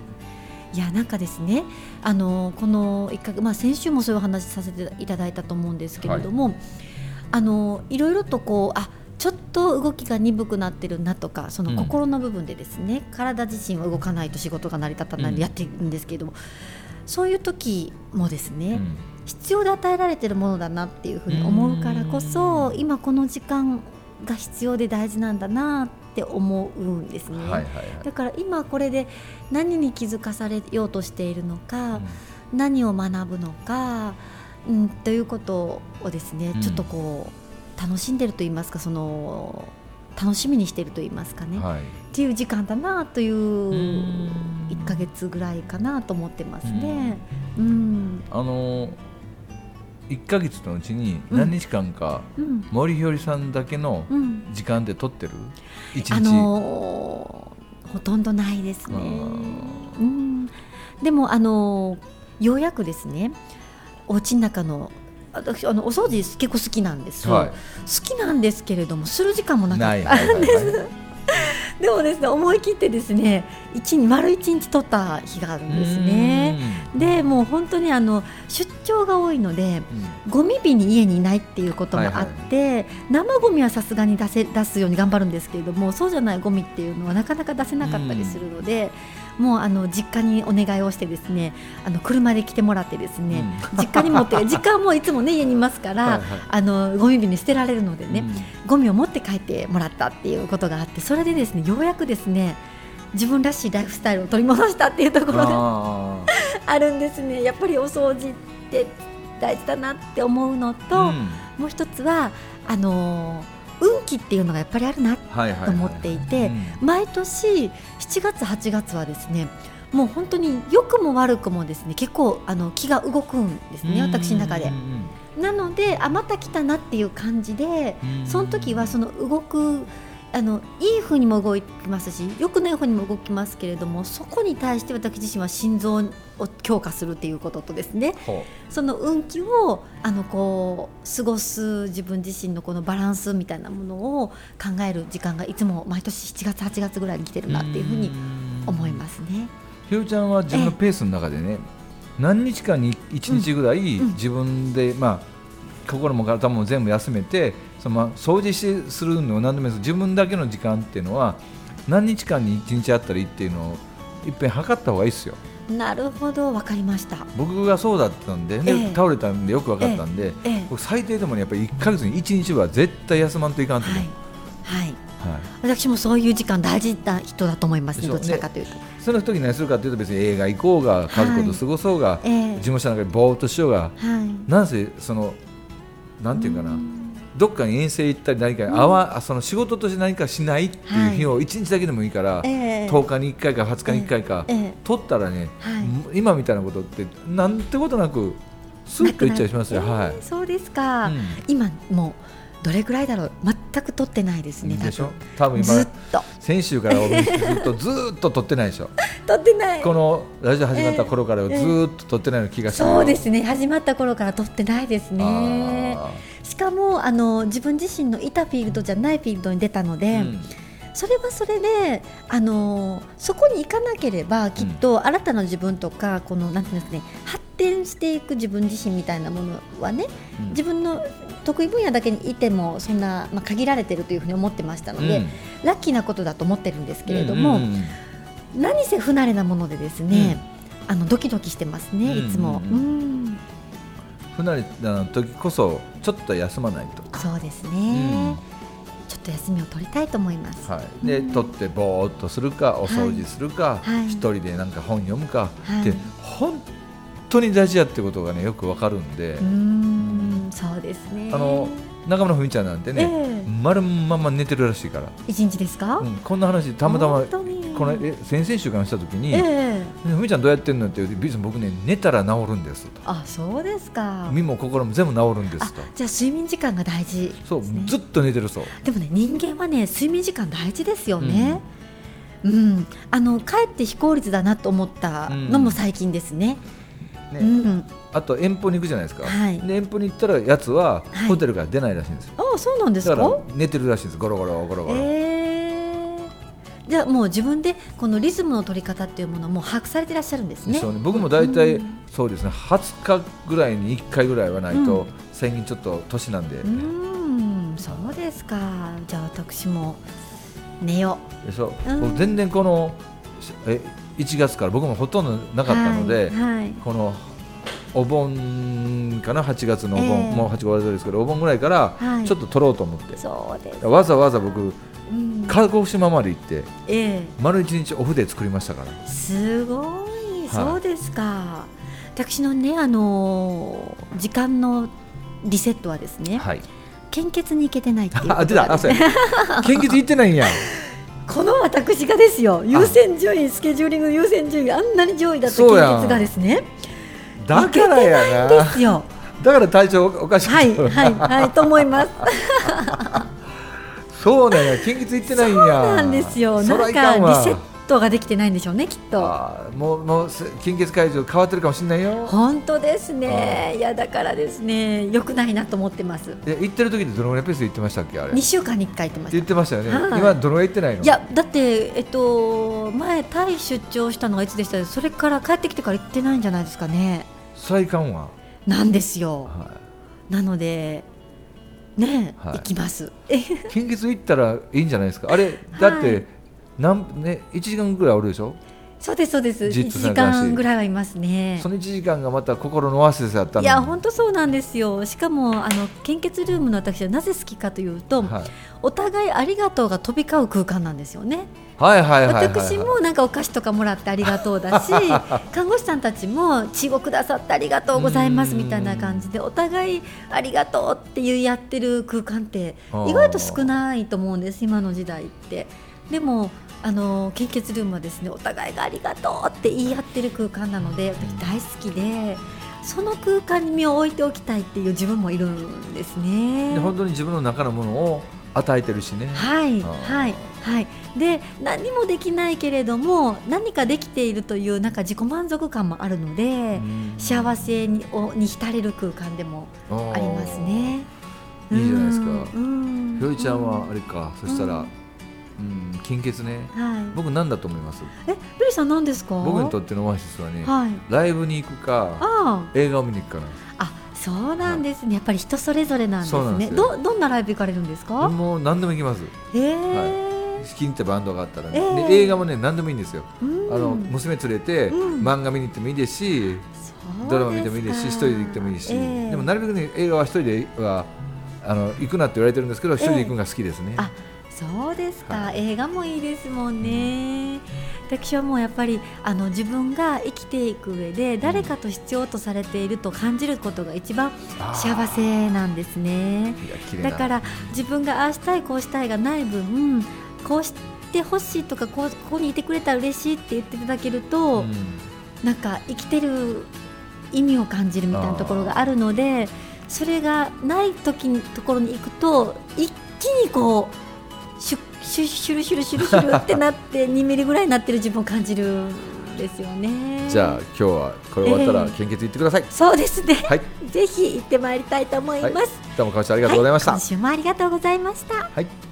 [SPEAKER 1] いやなんかですねあのこの一かまあ、先週もそういうお話させていただいたと思うんですけれども、あのいろいろとこうあちょっと動きが鈍くなってるなとかその心の部分でですね、体自身は動かないと仕事が成り立たないのでやってるんですけれども、そういう時もですね、
[SPEAKER 2] うん
[SPEAKER 1] 必要で与えられてるものだなっていうふうに思うからこそ今この時間が必要で大事なんだなって思うんですね、
[SPEAKER 2] はいはいはい
[SPEAKER 1] だから今これで何に気づかされようとしているのか、
[SPEAKER 2] うん
[SPEAKER 1] 何を学ぶのか、うん、ということをですね、
[SPEAKER 2] うん
[SPEAKER 1] ちょっとこう楽しんでると言いますかその楽しみにしてると言いますかね、
[SPEAKER 2] はい
[SPEAKER 1] っていう時間だなという
[SPEAKER 2] うん
[SPEAKER 1] 1ヶ月ぐらいかなと思ってますね。うん、
[SPEAKER 2] あのー1ヶ月のうちに何日間か
[SPEAKER 1] うん
[SPEAKER 2] 森ひよりさんだけの
[SPEAKER 1] うん
[SPEAKER 2] 時間で取ってる一日、
[SPEAKER 1] あのーほとんどないですね
[SPEAKER 2] あ。ー
[SPEAKER 1] うん、でもあのーようやくですねお家の中の私あのお掃除結構好きなんです、
[SPEAKER 2] はい
[SPEAKER 1] 好きなんですけれどもする時間もなか
[SPEAKER 2] な
[SPEAKER 1] っ
[SPEAKER 2] い
[SPEAKER 1] た
[SPEAKER 2] はいはいはい
[SPEAKER 1] でもですね思い切ってですね一日丸一日取った日があるんですね。でもう本当にあの出張が多いので
[SPEAKER 2] うん。うん
[SPEAKER 1] ゴミ日に家にいないっていうこともあって、生ゴミはさすがに出せ出すように頑張るんですけれどもそうじゃないゴミっていうのはなかなか出せなかったりするので、もうあの実家にお願いをしてですねあの車で来てもらってですね、実家に持 って実家はもういつもね家にいますから
[SPEAKER 2] はいはい
[SPEAKER 1] あのゴミ日に捨てられるのでね、
[SPEAKER 2] うん
[SPEAKER 1] ゴミを持って帰ってもらったっていうことがあってそれでですねようやくですね自分らしいライフスタイルを取り戻したっていうところが
[SPEAKER 2] あ
[SPEAKER 1] あるんですねやっぱりお掃除って大事だなって思うのと、
[SPEAKER 2] ーうん
[SPEAKER 1] もう一つはあのー運気っていうのがやっぱりあるな
[SPEAKER 2] はいはいはい
[SPEAKER 1] と思っていて、
[SPEAKER 2] うん
[SPEAKER 1] 毎年7月8月はですねもう本当に良くも悪くもですね結構あの気が動くんですね私の中で
[SPEAKER 2] うんうん
[SPEAKER 1] なのであまた来たなっていう感じで
[SPEAKER 2] うんうん
[SPEAKER 1] その時はその動くあのいい風にも動きますし良くない風にも動きますけれどもそこに対して私自身は心臓を強化するっていうこととですね
[SPEAKER 2] ほ
[SPEAKER 1] その運気をあのこう過ごす自分自身のこのバランスみたいなものを考える時間がいつも毎年7月8月ぐらいに来てる
[SPEAKER 2] う
[SPEAKER 1] なっていうふうに思いますすね。
[SPEAKER 2] ひよりちゃんは自分のペースの中でね何日間に1日ぐらい
[SPEAKER 1] うんうん
[SPEAKER 2] 自分で、まあ心も体も全部休めてそのまあ掃除しするのを何でもいいです自分だけの時間っていうのは何日間に1日あったらいいっていうのをいっぺん測った方がいいですよ
[SPEAKER 1] なるほどわかりました。
[SPEAKER 2] 僕がそうだったんでで
[SPEAKER 1] ええ
[SPEAKER 2] 倒れたんでよく分かったんで、
[SPEAKER 1] ええ
[SPEAKER 2] 僕最低でもねやっぱり1か月に1日は絶対休まんといかんと
[SPEAKER 1] は
[SPEAKER 2] 思う、
[SPEAKER 1] いはい。
[SPEAKER 2] はい
[SPEAKER 1] 私もそういう時間大事な人だと思いますね。
[SPEAKER 2] でしょ
[SPEAKER 1] どちらかというと。
[SPEAKER 2] その時何するかというと別に映画行こうが家族と過ごそうが、
[SPEAKER 1] ええ
[SPEAKER 2] 事務所の中でぼーっとしようが
[SPEAKER 1] はい。
[SPEAKER 2] なんせそのなんていうかな、
[SPEAKER 1] ん
[SPEAKER 2] どっかに遠征行ったり何か、あわあその仕事として何かしないっていう日を1日だけでもいいから、
[SPEAKER 1] ええ
[SPEAKER 2] 10日に1回か20日に1回か、
[SPEAKER 1] ええ
[SPEAKER 2] 取ったらね、
[SPEAKER 1] はい
[SPEAKER 2] 今みたいなことってなんてことなくスッといっちゃいますよ。
[SPEAKER 1] なくな
[SPEAKER 2] は
[SPEAKER 1] る
[SPEAKER 2] い
[SPEAKER 1] えーそうですか。
[SPEAKER 2] うん
[SPEAKER 1] 今もうどれぐらいだろう全く取ってないですね。多分
[SPEAKER 2] でしょ多分
[SPEAKER 1] ずっ
[SPEAKER 2] 今
[SPEAKER 1] と
[SPEAKER 2] 先週からお見せするとずーっと撮ってないで しょ
[SPEAKER 1] 取ってない。
[SPEAKER 2] このラジオ始まった頃からずーっと撮ってないような気がする、
[SPEAKER 1] そうですね始まった頃から撮ってないですね
[SPEAKER 2] あ
[SPEAKER 1] しかもあの自分自身のいたフィールドじゃないフィールドに出たので、
[SPEAKER 2] ーうん
[SPEAKER 1] それはそれで、あのーそこに行かなければきっと新たな自分とか、このなんていうんですかね発展していく自分自身みたいなものはね
[SPEAKER 2] うん
[SPEAKER 1] 自分の得意分野だけにいてもそんな、まあ、限られてるというふうに思ってましたので、ラッキーなことだと思ってるんですけれども、
[SPEAKER 2] うんうんうん
[SPEAKER 1] 何せ不慣れなものでですね、あのドキドキしてますね、
[SPEAKER 2] うん
[SPEAKER 1] いつも、
[SPEAKER 2] うん
[SPEAKER 1] う
[SPEAKER 2] う
[SPEAKER 1] ん
[SPEAKER 2] 不慣れな時こそちょっと休まないと、
[SPEAKER 1] そうですね、
[SPEAKER 2] うん
[SPEAKER 1] ちょっと休みを取りたいと思います。
[SPEAKER 2] はい、で
[SPEAKER 1] うん
[SPEAKER 2] 取ってぼーっとするかお掃除するか、
[SPEAKER 1] はい
[SPEAKER 2] 一人でなんか本読むか
[SPEAKER 1] はい
[SPEAKER 2] って、本当に大事やってことがねよくわかるんで、
[SPEAKER 1] うーん、そうですね。
[SPEAKER 2] あの中村文ちゃんなんて
[SPEAKER 1] え
[SPEAKER 2] ね、丸まんま寝てるらしいから、
[SPEAKER 1] え一日ですか？
[SPEAKER 2] うんこんな話たまたま
[SPEAKER 1] 本当に
[SPEAKER 2] このえ先々週からした時に
[SPEAKER 1] ええ
[SPEAKER 2] 「文ちゃんどうやってんの?」って言うて「ビーさん僕ね寝たら治るんです」と
[SPEAKER 1] あ、そうですか。
[SPEAKER 2] 身も心も全部治るんで
[SPEAKER 1] あ
[SPEAKER 2] すと。、
[SPEAKER 1] じゃあ睡眠時間が大事です、ね。
[SPEAKER 2] そうずっと寝てるそう、
[SPEAKER 1] でもね人間はね睡眠時間大事ですよね。うん、あのかえって非効率だなと思ったのも最近ですね。
[SPEAKER 2] ね
[SPEAKER 1] うん、
[SPEAKER 2] あと遠方に行くじゃないですか、
[SPEAKER 1] はい
[SPEAKER 2] で遠方に行ったらやつは
[SPEAKER 1] はい
[SPEAKER 2] ホテルから出ないらしいんですよ
[SPEAKER 1] あ、そうなんです
[SPEAKER 2] だから
[SPEAKER 1] か？
[SPEAKER 2] 寝てるらしいですゴロゴロゴロゴロ、
[SPEAKER 1] えーじゃあもう自分でこのリズムの取り方っていうものも把握されていらっしゃるんですね。
[SPEAKER 2] そうね僕も大体、
[SPEAKER 1] うん
[SPEAKER 2] そうですね20日ぐらいに1回ぐらいはない
[SPEAKER 1] う
[SPEAKER 2] と、
[SPEAKER 1] ん
[SPEAKER 2] 最近ちょっと年なんで、
[SPEAKER 1] うーん、そうですか。じゃあ私も寝よ
[SPEAKER 2] でそう
[SPEAKER 1] うん
[SPEAKER 2] 僕全然このしえ1月から僕もほとんどな
[SPEAKER 1] う。
[SPEAKER 2] かったので、
[SPEAKER 1] はいはい
[SPEAKER 2] このお盆かな8月のお盆、
[SPEAKER 1] ええ
[SPEAKER 2] もう8月終わりそうですけどお盆ぐらいから
[SPEAKER 1] はい
[SPEAKER 2] ちょっと取ろうと思って、
[SPEAKER 1] そうです。
[SPEAKER 2] わざわざ僕
[SPEAKER 1] うん
[SPEAKER 2] 鹿児島まで行って
[SPEAKER 1] え
[SPEAKER 2] 丸1日オフで作りましたから
[SPEAKER 1] え、すごい、そうですか。私のね、あのー時間のリセットはですね、
[SPEAKER 2] はい
[SPEAKER 1] 献血に行けてないっていうこと
[SPEAKER 2] あ出た
[SPEAKER 1] が
[SPEAKER 2] あそうや献血行ってないんや
[SPEAKER 1] この私がですよ、優先順位、スケジューリングの優先順位、あんなに上位だった献
[SPEAKER 2] そうやん
[SPEAKER 1] 血がですね、
[SPEAKER 2] だからや
[SPEAKER 1] で
[SPEAKER 2] な
[SPEAKER 1] すよ。
[SPEAKER 2] だから体調おかしく
[SPEAKER 1] はい、はい、はい、と思います。
[SPEAKER 2] そうなんや献血行ってないんや
[SPEAKER 1] そうなんですよ。
[SPEAKER 2] そ
[SPEAKER 1] なん
[SPEAKER 2] ら
[SPEAKER 1] か
[SPEAKER 2] い
[SPEAKER 1] リ
[SPEAKER 2] かんわ
[SPEAKER 1] セットができてないんでしょうね、きっと。
[SPEAKER 2] あーもうもうす献血会場変わってるかもしれないよ
[SPEAKER 1] 本当です
[SPEAKER 2] は
[SPEAKER 1] ね。いやだからですね、良くないなと思ってます。
[SPEAKER 2] え行ってる時ってどのぐらいペースで行ってましたっけあれ
[SPEAKER 1] 二週間に一回言ってま
[SPEAKER 2] 言
[SPEAKER 1] し。
[SPEAKER 2] ったてましたよね、
[SPEAKER 1] はい
[SPEAKER 2] 今どのぐらい行ってないの
[SPEAKER 1] いやだってえっと前タイ出張したのがいつでしたよそれから帰ってきてから行ってないんじゃないですかね。
[SPEAKER 2] そらいかんわ
[SPEAKER 1] なんですよ。
[SPEAKER 2] は
[SPEAKER 1] なので。ね、
[SPEAKER 2] はい
[SPEAKER 1] 行きます。え、
[SPEAKER 2] い献血行ったらいいんじゃないですかあれだって、
[SPEAKER 1] はい
[SPEAKER 2] なんね、1時間ぐらいおるでしょ、
[SPEAKER 1] そうですそうです。
[SPEAKER 2] じっ
[SPEAKER 1] 一
[SPEAKER 2] と
[SPEAKER 1] 時
[SPEAKER 2] 参加して
[SPEAKER 1] 間ぐらいはいますね
[SPEAKER 2] そ。の1時間がまた心の忘れだったの
[SPEAKER 1] いや本当そうなんですよ。しかもあの献血ルームの私はなぜ好きかというと、
[SPEAKER 2] はい、
[SPEAKER 1] お互いありがとうが飛び交う空間なんですよね。
[SPEAKER 2] はいはいはいはいはい
[SPEAKER 1] 私もなんかお菓子とかもらってありがとうだ し、看護師さんたちも血をくださってありがとうございますみたいな感じで、お互いありがとうっていうやってる空間って
[SPEAKER 2] あー
[SPEAKER 1] 意外と少ないと思うんです今の時代って。でもあの献血ルームはですねお互いがありがとうって言い合ってる空間なので私大好きで。その空間に身を置いておきたいっていう自分もいるんですね。
[SPEAKER 2] で本当に自分の中のものを与えてるしね、
[SPEAKER 1] はい
[SPEAKER 2] あー
[SPEAKER 1] はいはいで何もできないけれども何かできているというなんか自己満足感もあるので、幸せにをに浸れる空間でも
[SPEAKER 2] あ
[SPEAKER 1] ありますね。
[SPEAKER 2] いいじゃないですか
[SPEAKER 1] うん
[SPEAKER 2] ひろりちゃんはあ
[SPEAKER 1] れ、
[SPEAKER 2] れか、そしたら、うん、献血ね。
[SPEAKER 1] はい。
[SPEAKER 2] 僕なんだと思います。
[SPEAKER 1] え、ブリさん何ですか？
[SPEAKER 2] 僕にとってのオアシスはね、
[SPEAKER 1] はい。
[SPEAKER 2] ライブに行くか、
[SPEAKER 1] あ
[SPEAKER 2] 映画を見に行くかなんで
[SPEAKER 1] あ、あ、そうなんですね。やっぱり人それぞれなんです
[SPEAKER 2] そうなんで
[SPEAKER 1] ね。
[SPEAKER 2] すよ
[SPEAKER 1] どどんなライブ行かれるんです
[SPEAKER 2] す。
[SPEAKER 1] か？
[SPEAKER 2] もう何でも行きます。
[SPEAKER 1] へえ
[SPEAKER 2] 好きにってバンドがあったらね、
[SPEAKER 1] えー
[SPEAKER 2] で映画もね何でもいいんですよ。
[SPEAKER 1] うん
[SPEAKER 2] あの娘連れて、
[SPEAKER 1] うん
[SPEAKER 2] 漫画見に行ってもいいですし、
[SPEAKER 1] そう
[SPEAKER 2] ドラマ見てもいいですし、一
[SPEAKER 1] か
[SPEAKER 2] 人で行ってもいいし、
[SPEAKER 1] ええ
[SPEAKER 2] でもなるべくね映画は一人ではあの行くなって言われてるんですけど、一人で行くのが好きですね。
[SPEAKER 1] あそうですか、
[SPEAKER 2] はい
[SPEAKER 1] 映画もいいですもんね。私はもうやっぱりあの自分が生きていく上で誰かと必要とされていると感じることが一番
[SPEAKER 2] あー
[SPEAKER 1] 幸せなんですね。
[SPEAKER 2] いや綺麗な
[SPEAKER 1] だから自分がああしたいこうしたいがない分こうしてほしいとかこうここにいてくれたら嬉しいって言っていただけると、
[SPEAKER 2] うん
[SPEAKER 1] なんか生きてる意味を感じるみたいなところがあるのでそれがない時にところに行くと一気にこうシュッシュッシュルシュルシュルシュルってなって 2ミリぐらいになってる自分を感じるんですよね。
[SPEAKER 2] じゃあ今日はこれ終わったら献血行ってください。
[SPEAKER 1] そうですね、
[SPEAKER 2] はい。
[SPEAKER 1] ぜひ行ってまいりたいと思います。
[SPEAKER 2] はい、どうも川下ありがとうございました。
[SPEAKER 1] は今週もありがとうございました。
[SPEAKER 2] はい